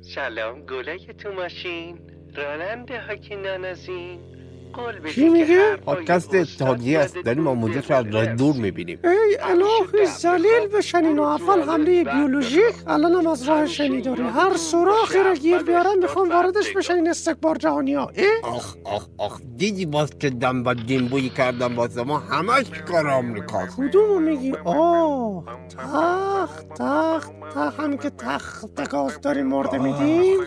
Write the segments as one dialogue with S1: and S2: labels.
S1: سلام گلک تو ماشین راننده ها که نانازین قول بده
S2: چی
S1: که
S2: میگه؟
S1: حرفای
S3: پادکست
S1: استاد
S3: اتحادیه است داریم آموزش رو از
S1: دور
S3: راه دور میبینیم
S2: ای الاخ زلیل بشنین و اول حمله بیولوژیک الان هم از راه شنیداری هر سوراخی رو گیر بیارم میخوام واردش بشن این استکبار جهانی ها
S3: آخ آخ آخ دیدی باز که دم و دیمبویی کردم باز ما همش کار آمریکاست
S2: کدومو میگی آه تخت تخت تخت هم که تخت گاز داری مرده میدیم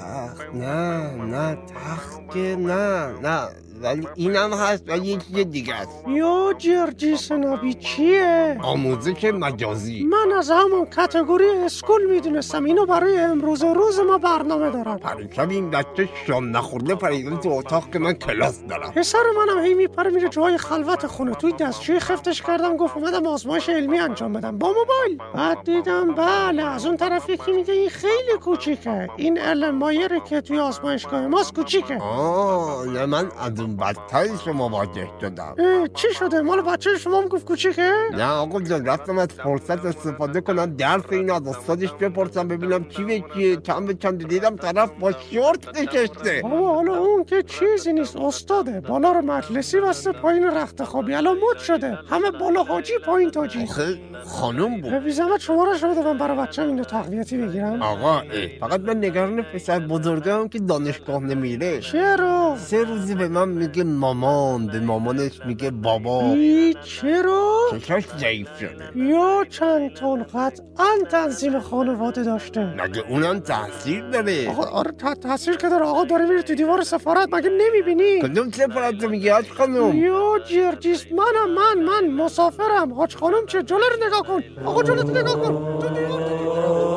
S3: تخت نه نه تخت که نه نه ولی اینم هست ولی یه چیز دیگه است
S2: یا جرجی سنابی چیه
S3: آموزش مجازی
S2: من از همون کتگوری اسکول میدونستم اینو برای امروز و روز ما برنامه دارم
S3: پریشب این بچه شام نخورده پریدن تو اتاق که من کلاس دارم
S2: پسر منم هی میپره میره جای خلوت خونه توی دستشوی خفتش کردم گفت اومدم آزمایش علمی انجام بدم با موبایل بعد دیدم بله از اون طرف یکی میگه این خیلی کوچیکه این علم مایره که توی آزمایشگاه ماست کوچیکه
S3: آه نه من از اون بدترش رو مواجه شدم
S2: اه، چی شده مال بچه شما هم گفت کوچیکه
S3: نه آقا جان رفتم از فرصت استفاده کنم درس این از استادش بپرسم ببینم چی به چیه چند به چند دیدم طرف با شورت نشسته
S2: بابا حالا اون که چیزی نیست استاده بالا رو مجلسی بسته پایین رخت خوابی الان مد شده همه بالا حاجی پایین تاجی
S3: آخه خانم بود
S2: بی زحمت شما رو بده من برای بچه اینو تقویتی بگیرم
S3: آقا اه، فقط من نگران پسر بزرگم که دانشگاه نمیره
S2: چرا
S3: سه روزی به من میگه مامان به مامانش میگه بابا
S2: ای چرا
S3: چشاش ضعیف شده
S2: یا چند تون قطعا تنظیم خانواده داشته
S3: مگه اونم تحصیل داره
S2: آقا آره ت- تاثیر که داره آقا داره میره تو دیوار سفارت مگه نمیبینی
S3: کدوم سفارت میگه آج خانم
S2: یا جرجیست منم من من مسافرم حاج خانم چه جلو رو نگاه کن آقا جلو تو نگاه کن تو دیوار تو دیوار.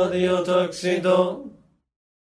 S4: رادیو تاکسیدو